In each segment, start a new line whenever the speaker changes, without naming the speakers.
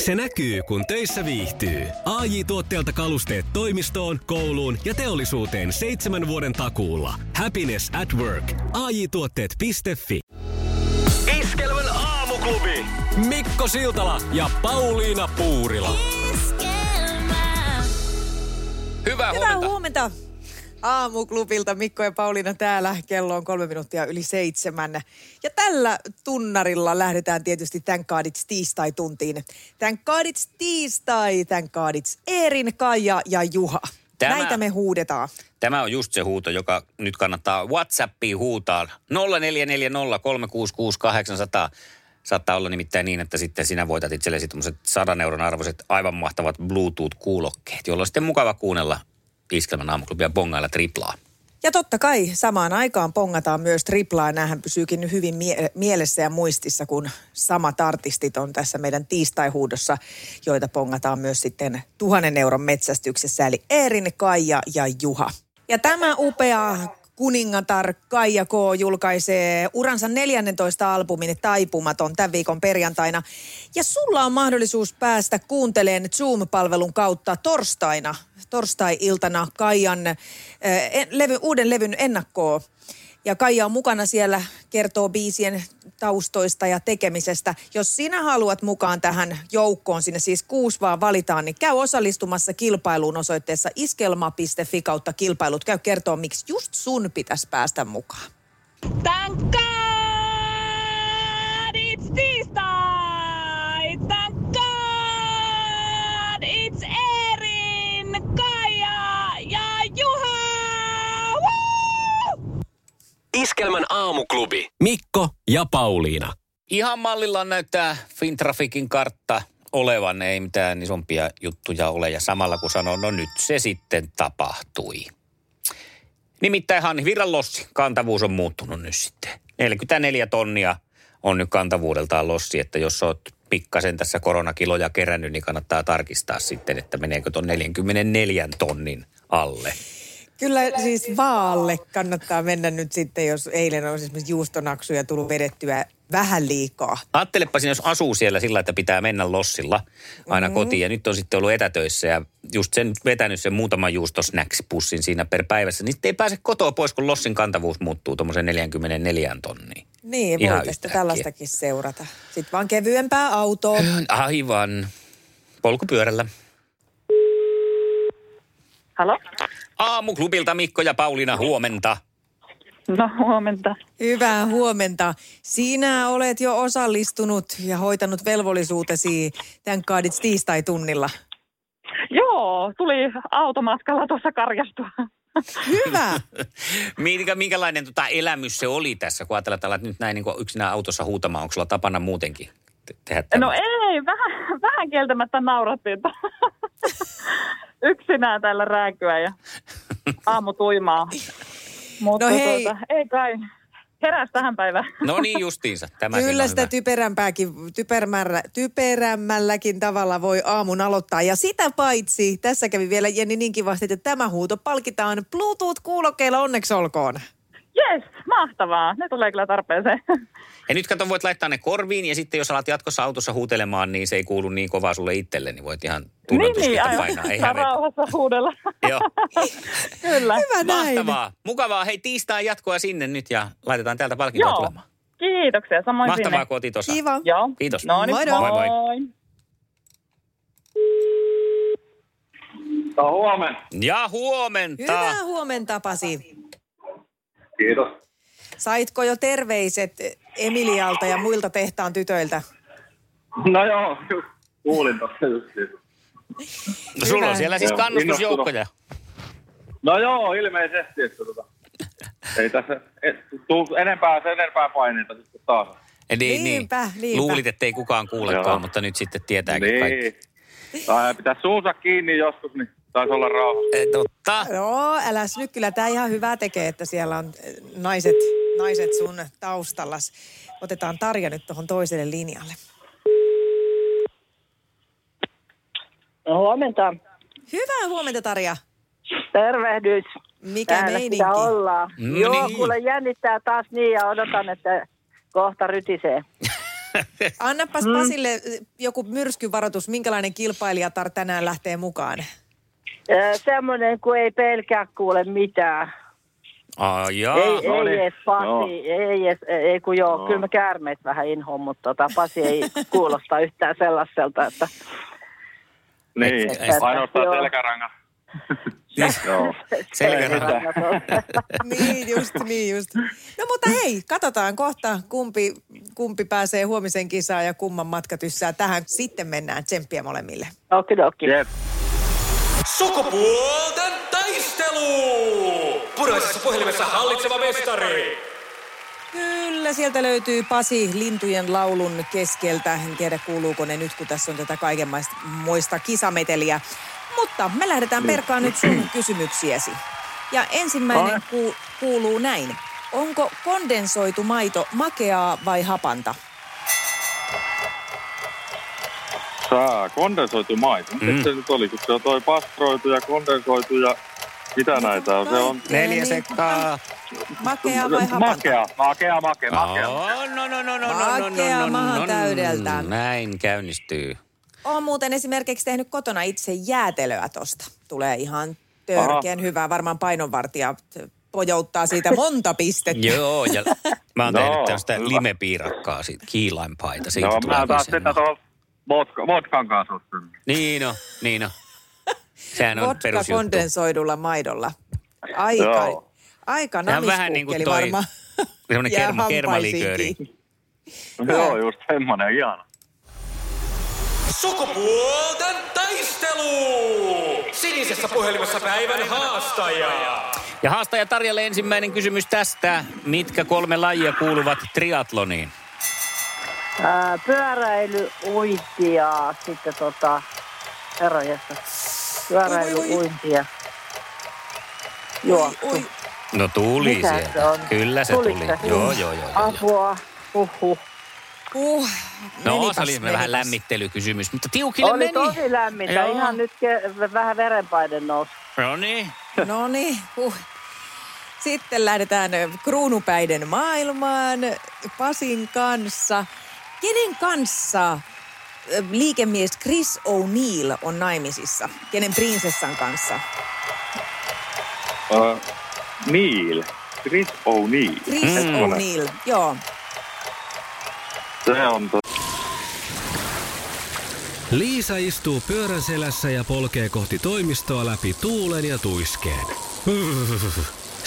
Se näkyy, kun töissä viihtyy. ai tuotteelta kalusteet toimistoon, kouluun ja teollisuuteen seitsemän vuoden takuulla. Happiness at work. ai tuotteetfi Iskelmän aamuklubi. Mikko Siltala ja Pauliina Puurila.
Hyvää
Hyvää
huomenta.
huomenta. Aamuklubilta Mikko ja Pauliina täällä. Kello on kolme minuuttia yli seitsemän. Ja tällä tunnarilla lähdetään tietysti Thank God It's tiistai-tuntiin. Thank God It's tiistai, Thank God It's Eerin, Kaija ja Juha.
Tämä-
Näitä me huudetaan.
Tämä on just se huuto, joka nyt kannattaa Whatsappiin huutaa. 0440366800. Saattaa olla nimittäin niin, että sitten sinä voitat itsellesi tuommoiset sadan euron arvoiset aivan mahtavat Bluetooth-kuulokkeet, jolla on sitten mukava kuunnella Iskelmän aamuklubia bongailla triplaa.
Ja totta kai samaan aikaan pongataan myös triplaa. Nämähän pysyykin hyvin mie- mielessä ja muistissa, kun samat artistit on tässä meidän tiistaihuudossa, joita pongataan myös sitten tuhannen euron metsästyksessä. Eli Eerin, Kaija ja Juha. Ja tämä upea kuningatar Kaija K. julkaisee uransa 14 albumin Taipumaton tämän viikon perjantaina. Ja sulla on mahdollisuus päästä kuunteleen Zoom-palvelun kautta torstaina, torstai-iltana Kaijan äh, levy, uuden levyn ennakkoa. Ja Kaija on mukana siellä, kertoo biisien taustoista ja tekemisestä. Jos sinä haluat mukaan tähän joukkoon, sinne siis kuusi vaan valitaan, niin käy osallistumassa kilpailuun osoitteessa iskelma.fi kautta kilpailut. Käy kertoa, miksi just sun pitäisi päästä mukaan.
Thank God it's tiistai! Thank God it's Erin, Kaija ja Juha! Woo!
Iskelmän aamuklubi. Mikko ja Pauliina.
Ihan mallillaan näyttää Fintrafikin kartta olevan, ei mitään isompia juttuja ole. Ja samalla kun sanoo, no nyt se sitten tapahtui. Nimittäin Hanhivirran lossi, kantavuus on muuttunut nyt sitten. 44 tonnia on nyt kantavuudeltaan lossi, että jos oot pikkasen tässä koronakiloja kerännyt, niin kannattaa tarkistaa sitten, että meneekö tuon 44 tonnin alle.
Kyllä siis vaalle kannattaa mennä nyt sitten, jos eilen on esimerkiksi juustonaksuja tullut vedettyä vähän liikaa.
Ajattelepa sinä, jos asuu siellä sillä, että pitää mennä lossilla aina mm-hmm. kotiin. Ja nyt on sitten ollut etätöissä ja just sen vetänyt sen muutaman juustosnäksipussin siinä per päivässä. Niin sitten ei pääse kotoa pois, kun lossin kantavuus muuttuu tuommoisen 44 tonniin.
Niin,
Ihan
voi tästä
yhtäkkiä.
tällaistakin seurata. Sitten vaan kevyempää autoa.
Aivan. Polkupyörällä.
Halo?
Aamuklubilta Mikko ja Pauliina huomenta.
No huomenta.
Hyvää huomenta. Sinä olet jo osallistunut ja hoitanut velvollisuutesi tämän kaadits tiistai-tunnilla.
Joo, tuli automatkalla tuossa karjastua.
Hyvä.
Minkä, minkälainen tota elämys se oli tässä, kun ajatellaan, että olet nyt näin niin yksinään autossa huutamaan. Onko sulla tapana muutenkin te- tehdä
No
tämmöistä?
ei, vähän, vähän kieltämättä naurattiin. Yksinään täällä rääkyä ja aamu tuimaa. Mutta
No hei.
Tuota, ei kai. Heräs tähän päivään.
No niin justiinsa. Tämä siinä
Kyllä
on
sitä
hyvä.
typerämpääkin, typermällä, typerämmälläkin tavalla voi aamun aloittaa. Ja sitä paitsi, tässä kävi vielä Jenni niin kivasti, että tämä huuto palkitaan Bluetooth-kuulokkeilla onneksi olkoon.
Jes, mahtavaa. Ne tulee kyllä tarpeeseen.
Ja nyt kato, voit laittaa ne korviin ja sitten jos alat jatkossa autossa huutelemaan, niin se ei kuulu niin kovaa sulle itselle, niin voit ihan tunnetusti niin, painaa. Ei
Saa
hävetä.
rauhassa huudella.
Joo,
kyllä.
Hyvä näin.
mahtavaa. Mukavaa. Hei, tiistai jatkoa sinne nyt ja laitetaan täältä palkintoa
Joo.
tulemaan.
Kiitoksia, samoin
Mahtavaa,
sinne.
kun otit osaa.
Kiva.
Joo.
Kiitos.
No niin,
Moro.
moi.
Moi,
moi.
No huomenna.
Ja huomenta.
Hyvää huomenta, Pasi.
Kiitos.
Saitko jo terveiset Emilialta ja muilta tehtaan tytöiltä?
No joo, just kuulin tosta just siitä.
Sulla on
Hyvä.
siellä siis
Joo,
kannustusjoukkoja.
No joo, ilmeisesti, että tota, ei tässä et, tuu enempää, sen enempää paineita sitten taas.
Niin, niin.
Niinpä, niinpä.
Luulit, että ei kukaan kuulekaan,
Joo.
mutta nyt sitten tietääkin kaikki.
Niin. Tai pitää suunsa kiinni joskus, niin taisi olla rauha.
Eh, Totta.
Joo, äläs nyt. Kyllä tämä ihan hyvää tekee, että siellä on eh, naiset, naiset sun taustallas. Otetaan Tarja nyt tuohon toiselle linjalle.
No huomenta.
Hyvää huomenta, Tarja.
Tervehdys.
Mikä
Täällä
meininki?
sitä ollaan.
No
Joo,
niin.
kuule jännittää taas niin ja odotan, että kohta rytisee.
Annapas Pasille eh, joku myrskyvaroitus, minkälainen kilpailija tar tänään lähtee mukaan.
Ö, Semmoinen, kun ei pelkää kuule mitään.
Ai jaa.
ei,
no
ei
niin.
edes Pasi,
Joo.
ei edes, ei kun joo,
Joo.
kyllä mä käärmeet vähän inhoon, mutta tota, Pasi ei kuulosta yhtään sellaiselta, että
Niin,
Et- et-
ainoastaan
joo.
selkärangan.
Niin.
Joo.
Selkäranka.
No,
Niin, just niin, just. No mutta hei, katsotaan kohta, kumpi, kumpi pääsee huomisen kisaan ja kumman matka tyssää tähän. Sitten mennään tsemppiä molemmille.
no, Okidoki.
Jep.
Sukupuolten taistelu! Puraisessa puhelimessa hallitseva mestari.
Kyllä, sieltä löytyy Pasi Lintujen laulun keskeltä. En tiedä kuuluuko ne nyt, kun tässä on tätä kaikenmaista moista kisameteliä. Mutta me lähdetään perkaan nyt sun kysymyksiäsi. Ja ensimmäinen ku- kuuluu näin. Onko kondensoitu maito makeaa vai hapanta?
Tää kondensoitu maito. Miten
Mm.
se nyt oli, kun se on toi pastroitu ja kondensoitu ja mitä näitä on? Se on
Neljä sekkaa.
Makeaa vai hapanta?
makea, makea, makea, makea.
Oh, no, no, no, no, no, no,
Makea
no,
maha
no,
täydeltä.
Näin käynnistyy.
Olen muuten esimerkiksi tehnyt kotona itse jäätelöä tosta. Tulee ihan törkeän hyvää, varmaan painonvartija pojouttaa siitä monta pistettä.
Joo, ja mä oon
No,
tehnyt tästä
hyvä.
limepiirakkaa, siitä, kiilainpaita. Siitä
no,
tulee
mä taas
oikein
sitä
maha.
tuohon vodka, vodkan kanssa. ottanut.
Niin on, niin on. Sehän on
Vodka
perusjuttu.
kondensoidulla maidolla. Aika,
Joo.
aika
Tämä on vähän niin kuin
namiskukkeli
toi
varmaan.
semmoinen
Jää
kerma, kermalikööri.
hampaisiinkin.
Joo, just semmonen, ihana.
Sukupuolten taistelu! Sinisessä puhelimessa päivän haastaja.
Ja haastaja Tarjalle ensimmäinen kysymys tästä. Mitkä kolme lajia kuuluvat triatloniin?
Ää, pyöräily, uinti ja sitten tota, herranjestas, pyöräily,
Oi, voi, voi.
uinti ja juoksu.
Oi,
No tuli
Mikä
sieltä.
se on?
Kyllä se
Tuliko
tuli.
se?
Joo, joo, joo. joo, joo.
Apua, huhuh.
uh,
No,
menipäs,
se oli
menipäs.
vähän lämmittelykysymys, mutta tiukille
Oli
meni.
tosi lämmintä,
Joo.
ihan nyt ke- vähän verenpaine nousi.
No niin.
No niin, huh. Sitten lähdetään ö, kruunupäiden maailmaan Pasin kanssa. Kenen kanssa ö, liikemies Chris O'Neill on naimisissa? Kenen prinsessan kanssa?
Ö, Neil. Chris O'Neill.
Chris
Mm.
O'Neill, joo.
Se on to-
Liisa istuu pyörän selässä ja polkee kohti toimistoa läpi tuulen ja tuiskeen.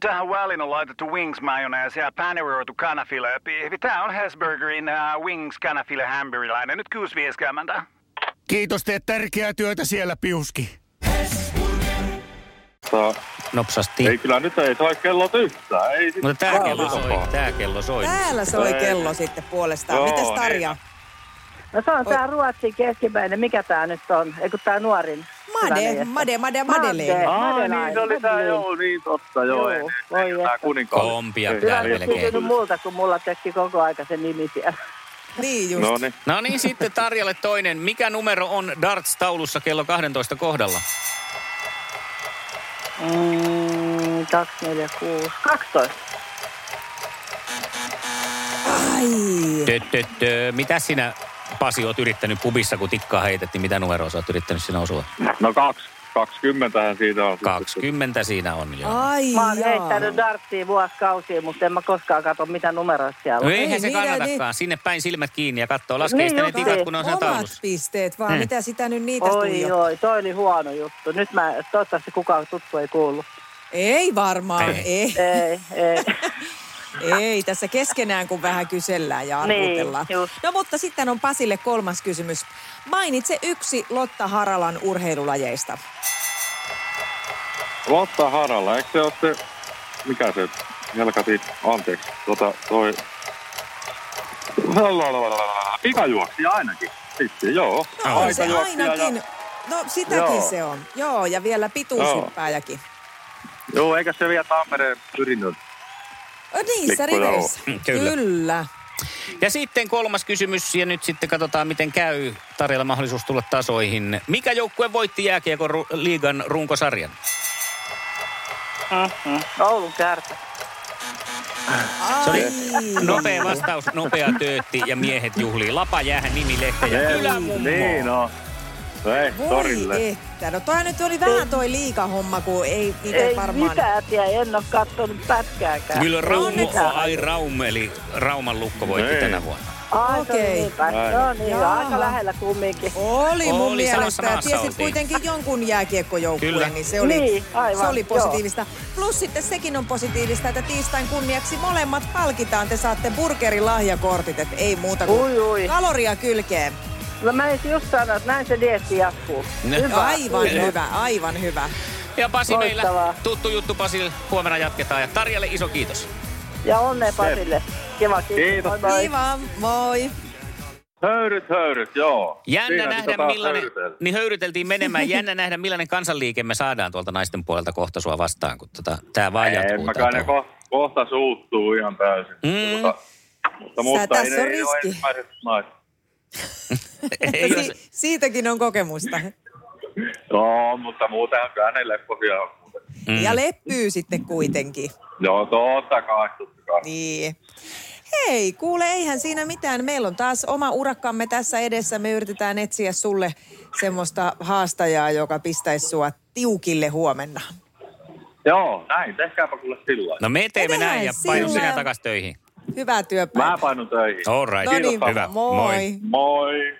Tähän väliin on laitettu wings mayonnaise ja paneroitu kanafila. Tämä on Hesburgerin uh, wings kanafila hamburilainen. Nyt 6.50.
Kiitos, teet tärkeää työtä siellä, Piuski.
to-
Nopsasti.
Ei kyllä nyt ei soi kellot yhtään. Ei sit-
Mutta tää
Tää on
kello soi.
isompaa.
Tää kello soi.
Täällä soi
Ei.
kello sitten puolestaan.
Joo, niin.
Mites Tarja?
No se on tää Ruotsin keskipäinen, mikä tää nyt on? Eikö tää nuorin?
Made, made, made, madeleine.
Aa,
Madeleine,
niin se oli tää,
Madeleine.
joo, niin totta,
Joo,
joo. ei,
voi
ei, ei, tää
että.
kuninkaallinen.
Kompia
Ei,
pitää
Hyvä,
ei,
että
vielä
ei.
kysynyt
kehittää.
multa, kun mulla teksti koko aika se nimi siellä.
Niin just.
No niin.
No niin, sitten Tarjalle toinen. Mikä numero on darts-taulussa kello 12 kohdalla?
Mm, 2, 4, 6, 12.
Ai.
Tö, tö, tö. Mitä sinä, Pasi, oot yrittänyt pubissa, kun tikkaa heitettiin? Mitä numeroa sä oot yrittänyt sinä osua?
No kaksi. 20 siitä on.
20 siinä on jo.
Ai
Mä oon
jaa.
heittänyt dartsia vuosikausia, mutta en mä koskaan katso, mitä numeroita siellä
No
on.
eihän
Ei,
se
niitä-
kannatakaan. Sinne päin silmät kiinni ja katsoo. Laskee
Niin
sitä ne
justiin.
tikat, kun ne on siinä
Omat
taulussa.
pisteet
Mm.
vaan.
Hmm.
Mitä sitä nyt niitä tuli
Oi,
jo?
oi, toi oli huono juttu. Nyt mä, toivottavasti kukaan tuttu ei kuullut.
Ei varmaan.
Ei.
Ei.
Ei, ei.
Ei, tässä keskenään kun vähän kysellään ja
Niin,
arvutellaan.
just.
no mutta sitten on Pasille kolmas kysymys. Mainitse yksi Lotta Haralan urheilulajeista.
Lotta Haralla, eikö se ole se, mikä se, helkati, anteeksi, tota, toi, pikajuoksi ainakin. Sitten, joo.
No on se
Aikajuoksija ja
No, ainakin. No sitäkin
Joo.
se on. Joo, ja vielä pituushyppääjäkin.
Joo, eikä se vielä Tampereen pyrinnön.
No niissä
Pikku joo.
riveissä.
Kyllä.
Kyllä.
Ja sitten kolmas kysymys, ja nyt sitten katsotaan, miten käy. Tarjolla mahdollisuus tulla tasoihin. Mikä joukkue voitti jääkiekon ru- liigan runkosarjan?
Mm-hmm.
Oulun kärpä.
Se oli
Ai.
nopea vastaus, nopea töötti ja miehet juhlii. Lapa jäähän nimilehtä ja
Ei,
kylämummo.
Niin no. No ei, torille.
Voi että. No toi nyt oli vähän toi liikahomma, kun ei itse
Ei
varmaan...
mitään tiedä, en ole katsonut pätkääkään.
Kyllä Raumo,
Mitä?
ai Raum, eli Rauman lukko voitti
Niin.
tänä vuonna.
Ai,
Okei.
Okei. Okay. No niin,
Jaa.
aika lähellä kumminkin.
Oli mun
Oli, samassa
mielestä. Ja
maassa
tiesit
oltiin.
kuitenkin jonkun
Kyllä.
jääkiekkojoukkueen, niin se oli,
Niin, aivan,
se oli
joo.
positiivista. Plus sitten sekin on positiivista, että tiistain kunniaksi molemmat palkitaan. Te saatte burgerilahjakortit, et ei muuta kuin
Ui, ui.
kaloria kylkeen.
No mä en just sanoa, että näin se dieetti jatkuu.
No,
Hyvä.
Aivan
Kyllä.
hyvä, aivan hyvä.
Ja Pasi meillä,
Loistavaa.
tuttu juttu Pasille, huomenna jatketaan. Ja Tarjalle iso kiitos.
Ja onnea Pasille. Kiva, kiitos.
Kiitos.
Moi moi.
Kiva, moi.
Höyryt, höyryt, joo.
Jännä
Siinä sitä
nähdä,
taas
millainen,
höyrytellä.
niin höyryteltiin menemään, jännä nähdä, millainen kansanliike me saadaan tuolta naisten puolelta kohta sua vastaan, kun tota, tää vaan
Ei,
jatkuu.
mä
tää
kai ne
touhu.
ko- kohta suuttuu ihan täysin.
Mm.
Mutta, mutta, mutta
tässä
ei,
on
ne- ei
riski.
ole ensimmäiset naiset.
Ei ole se-
No Si- siitäkin on kokemusta.
No, mutta muutenhan kyllä ne lepposia on.
Mm.
Ja leppyy sitten kuitenkin.
Joo, totta kai, totta kai.
Niin. Hei, kuule, eihän siinä mitään. Meillä on taas oma urakkamme tässä edessä. Me yritetään etsiä sulle semmoista haastajaa, joka pistäisi sua tiukille huomenna.
Joo, näin, tehkääpä kuule sillä lailla.
No me teemme
Tehdään
näin ja painu
sillä-
sinä takas töihin.
Hyvää
Mä
työpäivää.
painun töihin.
No All right.
No niin,
hyvä.
moi.
Moi.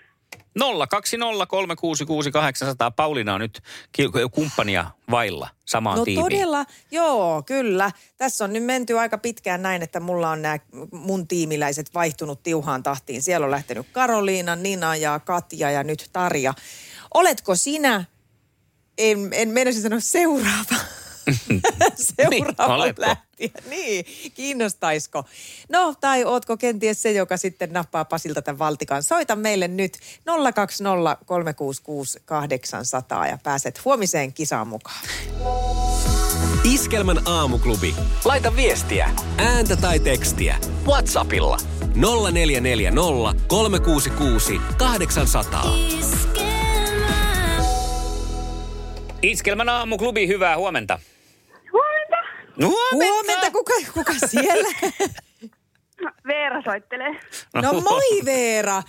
020366800. Pauliina on nyt ki- kumppania vailla samaan
No
tiimiin.
todella, joo, kyllä. Tässä on nyt menty aika pitkään näin, että mulla on nämä mun tiimiläiset vaihtunut tiuhaan tahtiin. Siellä on lähtenyt Karoliina, Nina ja Katja ja nyt Tarja. Oletko sinä, en, en meinasin sanoa seuraava,
Niin,
seuraava
oletko?
lähtijä. Niin, kiinnostaisko? No, tai ootko kenties se, joka sitten nappaa Pasilta tämän valtikan? Soita meille nyt 020 366 800 ja pääset huomiseen kisaan mukaan.
Iskelmän aamuklubi. Laita viestiä, ääntä tai tekstiä. Whatsappilla 0440 366 800.
Iskelmän aamuklubi, hyvää huomenta.
Huomenta.
Huomenta.
Huomenta, kuka, kuka siellä?
Veera soittelee.
No moi Veera. Äh,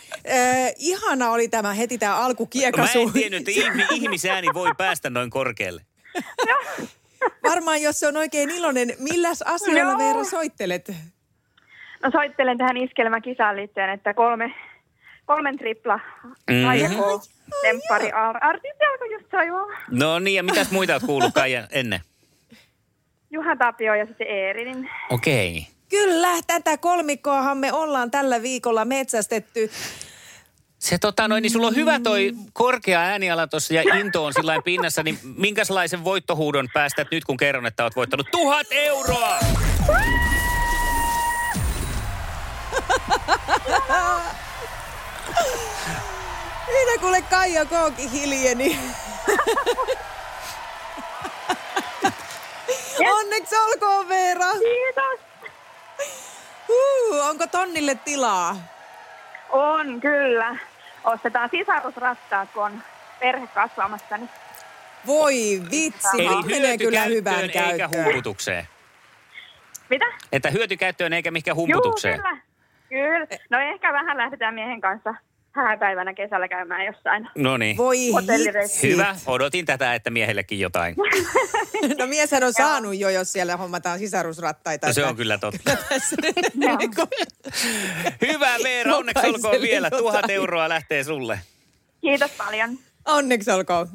ihana oli tämä heti tämä
Mä
alkukiekasu.
en tiennyt, että ihmi, ihmisääni voi päästä noin korkealle.
Varmaan jos se on oikein iloinen, milläs asioilla
Joo.
Veera soittelet?
No soittelen tähän iskelmäkisaan liittyen, että kolme, kolmen tripla
Mhm.
mm-hmm. temppari ar- artisti alkoi just soimaan.
No niin, ja mitäs muita oot kuullut kai ennen?
Juha Tapio ja sitten niin Eerinin.
Okei. Okay.
Kyllä, tätä kolmikkoahan me ollaan tällä viikolla metsästetty.
Se tota noin, niin sulla on hyvä toi korkea ääniala tuossa ja into on sillä lailla pinnassa, niin minkälaisen voittohuudon päästät nyt, kun kerron, että oot voittanut tuhat euroa?
Minä kuule Kaija Kooki hiljeni. Onneksi olkoon Veera.
Kiitos.
Huu, onko tonnille tilaa?
On, kyllä. Ostetaan sisarusrattaat, kun on perhe kasvamassa. Niin.
Voi vitsi, nyt menee kyllä hyvään
eikä
käyttöön.
humputukseen.
Mitä?
Että hyötykäyttöön eikä mihinkään
Juu,
humputukseen.
kyllä. Kyllä. No ehkä vähän lähdetään miehen kanssa hääpäivänä kesällä käymään jossain.
No niin.
Voi
Hotellireissu.
hitsi.
Hyvä, odotin tätä, että miehellekin jotain.
No mieshän on saanut jo, jos siellä hommataan sisarusrattaita.
No, se on
Että-
kyllä totta.
Tässä nyt-
Hyvä Veera, onneksi
Jokaiselle
olkoon vielä. Tuhat
jotain.
euroa lähtee sulle.
Kiitos paljon.
Onneksi olkoon.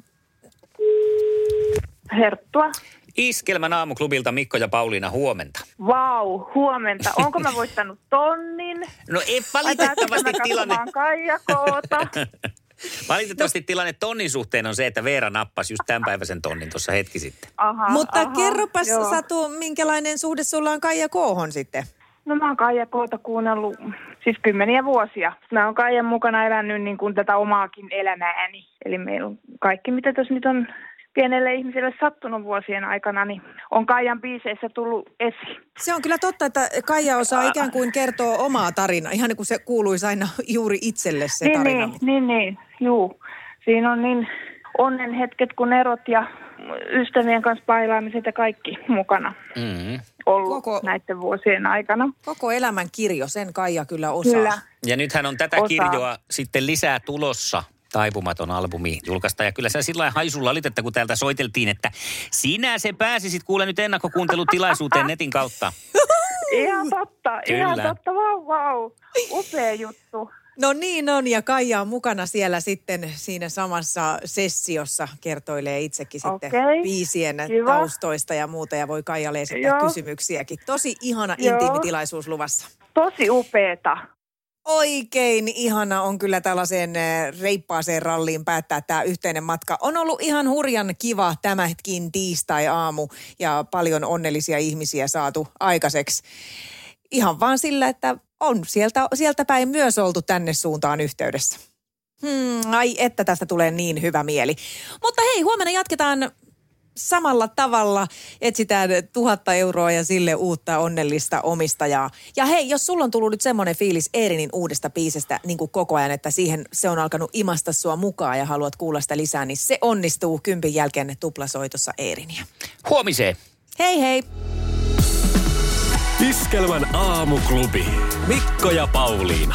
Herttua.
Iskelmän aamuklubilta Mikko ja Pauliina huomenta.
Vau, wow, huomenta. Onko mä voittanut tonnin?
No ei
Vai pääsenkö
valitettavasti
mä
tilanne.
katsomaan Kaijakoota? No.
Valitettavasti tilanne tonnin suhteen on se, että Veera nappasi just tämän päiväisen tonnin tuossa hetki sitten.
Aha,
Mutta
aha,
kerropas
joo.
Satu, minkälainen suhde sulla on Kaija Koohon sitten?
No mä oon Kaija Koota kuunnellut siis kymmeniä vuosia. Mä oon Kaijan mukana elänyt niin kuin tätä omaakin elämääni. Eli meillä on kaikki, mitä tässä nyt on pienelle ihmiselle sattunut vuosien aikana, niin on Kaijan biiseissä tullut esiin.
Se on kyllä totta, että Kaija osaa ikään kuin kertoa omaa tarinaa, ihan niin kuin se kuuluisi aina juuri itselle se
niin,
tarina.
niin, niin, niin, juu. Siinä on niin onnen hetket kuin erot ja ystävien kanssa pailaamiset ja kaikki mukana
Mm.
ollut
Koko-
Koko... näiden vuosien aikana.
Koko elämän kirjo, sen Kaija kyllä osaa.
Kyllä.
Ja nythän on tätä
Osaa.
kirjoa sitten lisää tulossa. Taipumaton albumi julkaista. Ja kyllä sä sillä lailla haisulla olit, että kun täältä soiteltiin, että sinä se pääsisit kuule nyt ennakkokuuntelutilaisuuteen netin kautta.
Ihan totta, ihan
Kyllä.
totta, vau vau. Upea juttu.
No niin on, ja Kaija on mukana siellä sitten siinä samassa sessiossa, kertoilee itsekin sitten
Okei,
biisien
kiva.
taustoista ja muuta, ja voi Kaijalle esittää
Joo.
kysymyksiäkin. Tosi ihana
Joo.
intiimitilaisuus luvassa.
Tosi upeeta.
Oikein ihana on kyllä tällaiseen eh, reippaaseen ralliin päättää tämä yhteinen matka. On ollut ihan hurjan kiva tämä hetkin tiistai-aamu ja paljon onnellisia ihmisiä saatu aikaiseksi. Ihan vaan sillä, että on sieltä, sieltä päin myös oltu tänne suuntaan yhteydessä. Hmm, ai että tästä tulee niin hyvä mieli. Mutta hei, huomenna jatketaan samalla tavalla etsitään tuhatta euroa ja sille uutta onnellista omistajaa. Ja hei, jos sulla on tullut nyt semmoinen fiilis Eerinin uudesta biisestä niin kuin koko ajan, että siihen se on alkanut imasta sua mukaan ja haluat kuulla sitä lisää, niin se onnistuu kympin jälkeen tuplasoitossa Eeriniä.
Huomiseen.
Hei hei!
Iskelmän aamuklubi. Mikko ja Pauliina.